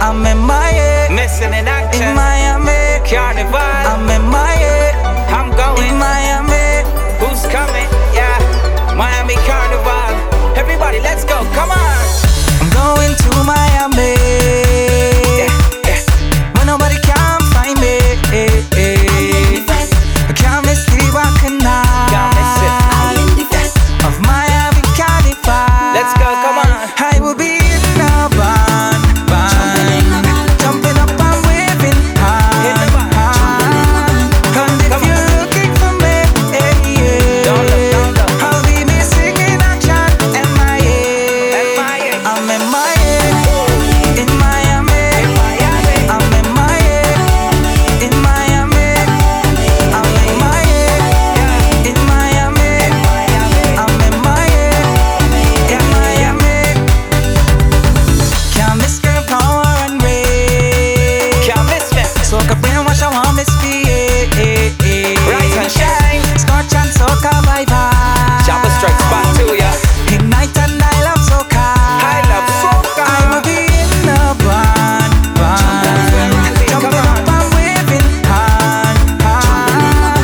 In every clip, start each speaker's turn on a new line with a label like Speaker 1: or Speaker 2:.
Speaker 1: I'm in my head.
Speaker 2: Missing in action.
Speaker 1: In Miami.
Speaker 2: Carnival.
Speaker 1: I'm in my head.
Speaker 2: I'm going.
Speaker 1: In Miami.
Speaker 2: Who's coming? Yeah. Miami Carnival. Everybody, let's go. Come on.
Speaker 1: I'm going to Miami.
Speaker 2: Yeah, yeah.
Speaker 1: Where nobody can find me. I can't miss the walking night.
Speaker 2: Can't miss it.
Speaker 1: Of Miami Carnival.
Speaker 2: Let's go, come on.
Speaker 1: I will be in a van, van. Jumping up and waving high,
Speaker 2: In the van.
Speaker 1: high. And if
Speaker 2: Come on.
Speaker 1: you're looking for me,
Speaker 2: Don't look, don't look.
Speaker 1: I'll be me singing a chant in my
Speaker 2: In my
Speaker 1: head.
Speaker 2: head.
Speaker 1: I'm in my head, in
Speaker 2: In
Speaker 1: Miami.
Speaker 2: Miami.
Speaker 1: I'm in my head, in Miami. I'm in my head, in Miami.
Speaker 2: Miami.
Speaker 1: I'm in my head, in Miami. Can't miss girl power and rage.
Speaker 2: Can't miss me.
Speaker 1: Soak a brainwash, I want miss behave.
Speaker 2: Rise and shine.
Speaker 1: Scotch and soca vibe.
Speaker 2: Jumper strikes back to ya.
Speaker 1: Ignite and I love soca.
Speaker 2: I love soca.
Speaker 1: I will be in the barn, barn.
Speaker 2: Come
Speaker 1: Jumping
Speaker 2: on.
Speaker 1: up and waving hand, hand.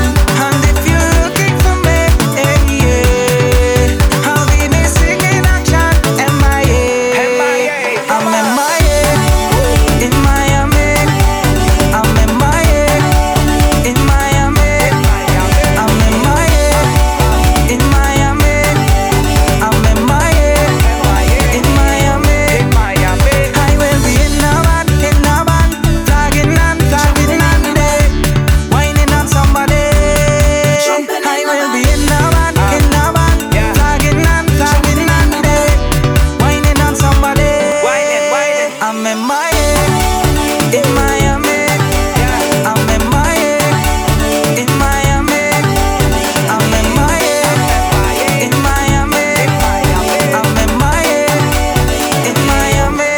Speaker 1: And if you're looking for me, eh, yeah, I'll be me singing a chant in my head.
Speaker 2: MIA,
Speaker 1: I'm
Speaker 2: come
Speaker 1: in
Speaker 2: on.
Speaker 1: my head, in Miami. I'm in my head, in Miami.
Speaker 2: Miami.
Speaker 1: I'm in my head, in Miami. I'm in my head. In Miami,
Speaker 2: In Miami.
Speaker 1: I will be in a van, in a van, flagging and flagging and day, whining on somebody. I will be in a van, Ah. in a van,
Speaker 2: Yeah.
Speaker 1: flagging and flagging and day, whining on somebody.
Speaker 2: Whining, whining.
Speaker 1: I'm in my head, in Miami.
Speaker 2: Yeah.
Speaker 1: I'm in my head, in Miami. I'm in my head, in Miami.
Speaker 2: In Miami.
Speaker 1: I'm in my head, in Miami.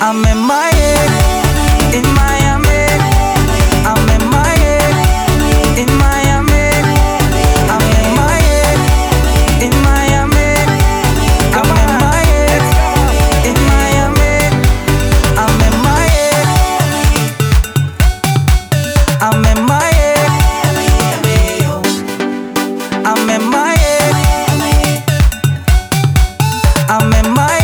Speaker 1: I'm in my head, in Miami. I'm in my head, in Miami. I'm in my head, in Miami. I'm in my head, in Miami. I'm in my head. I'm in my head. I'm in my head. I'm in my head.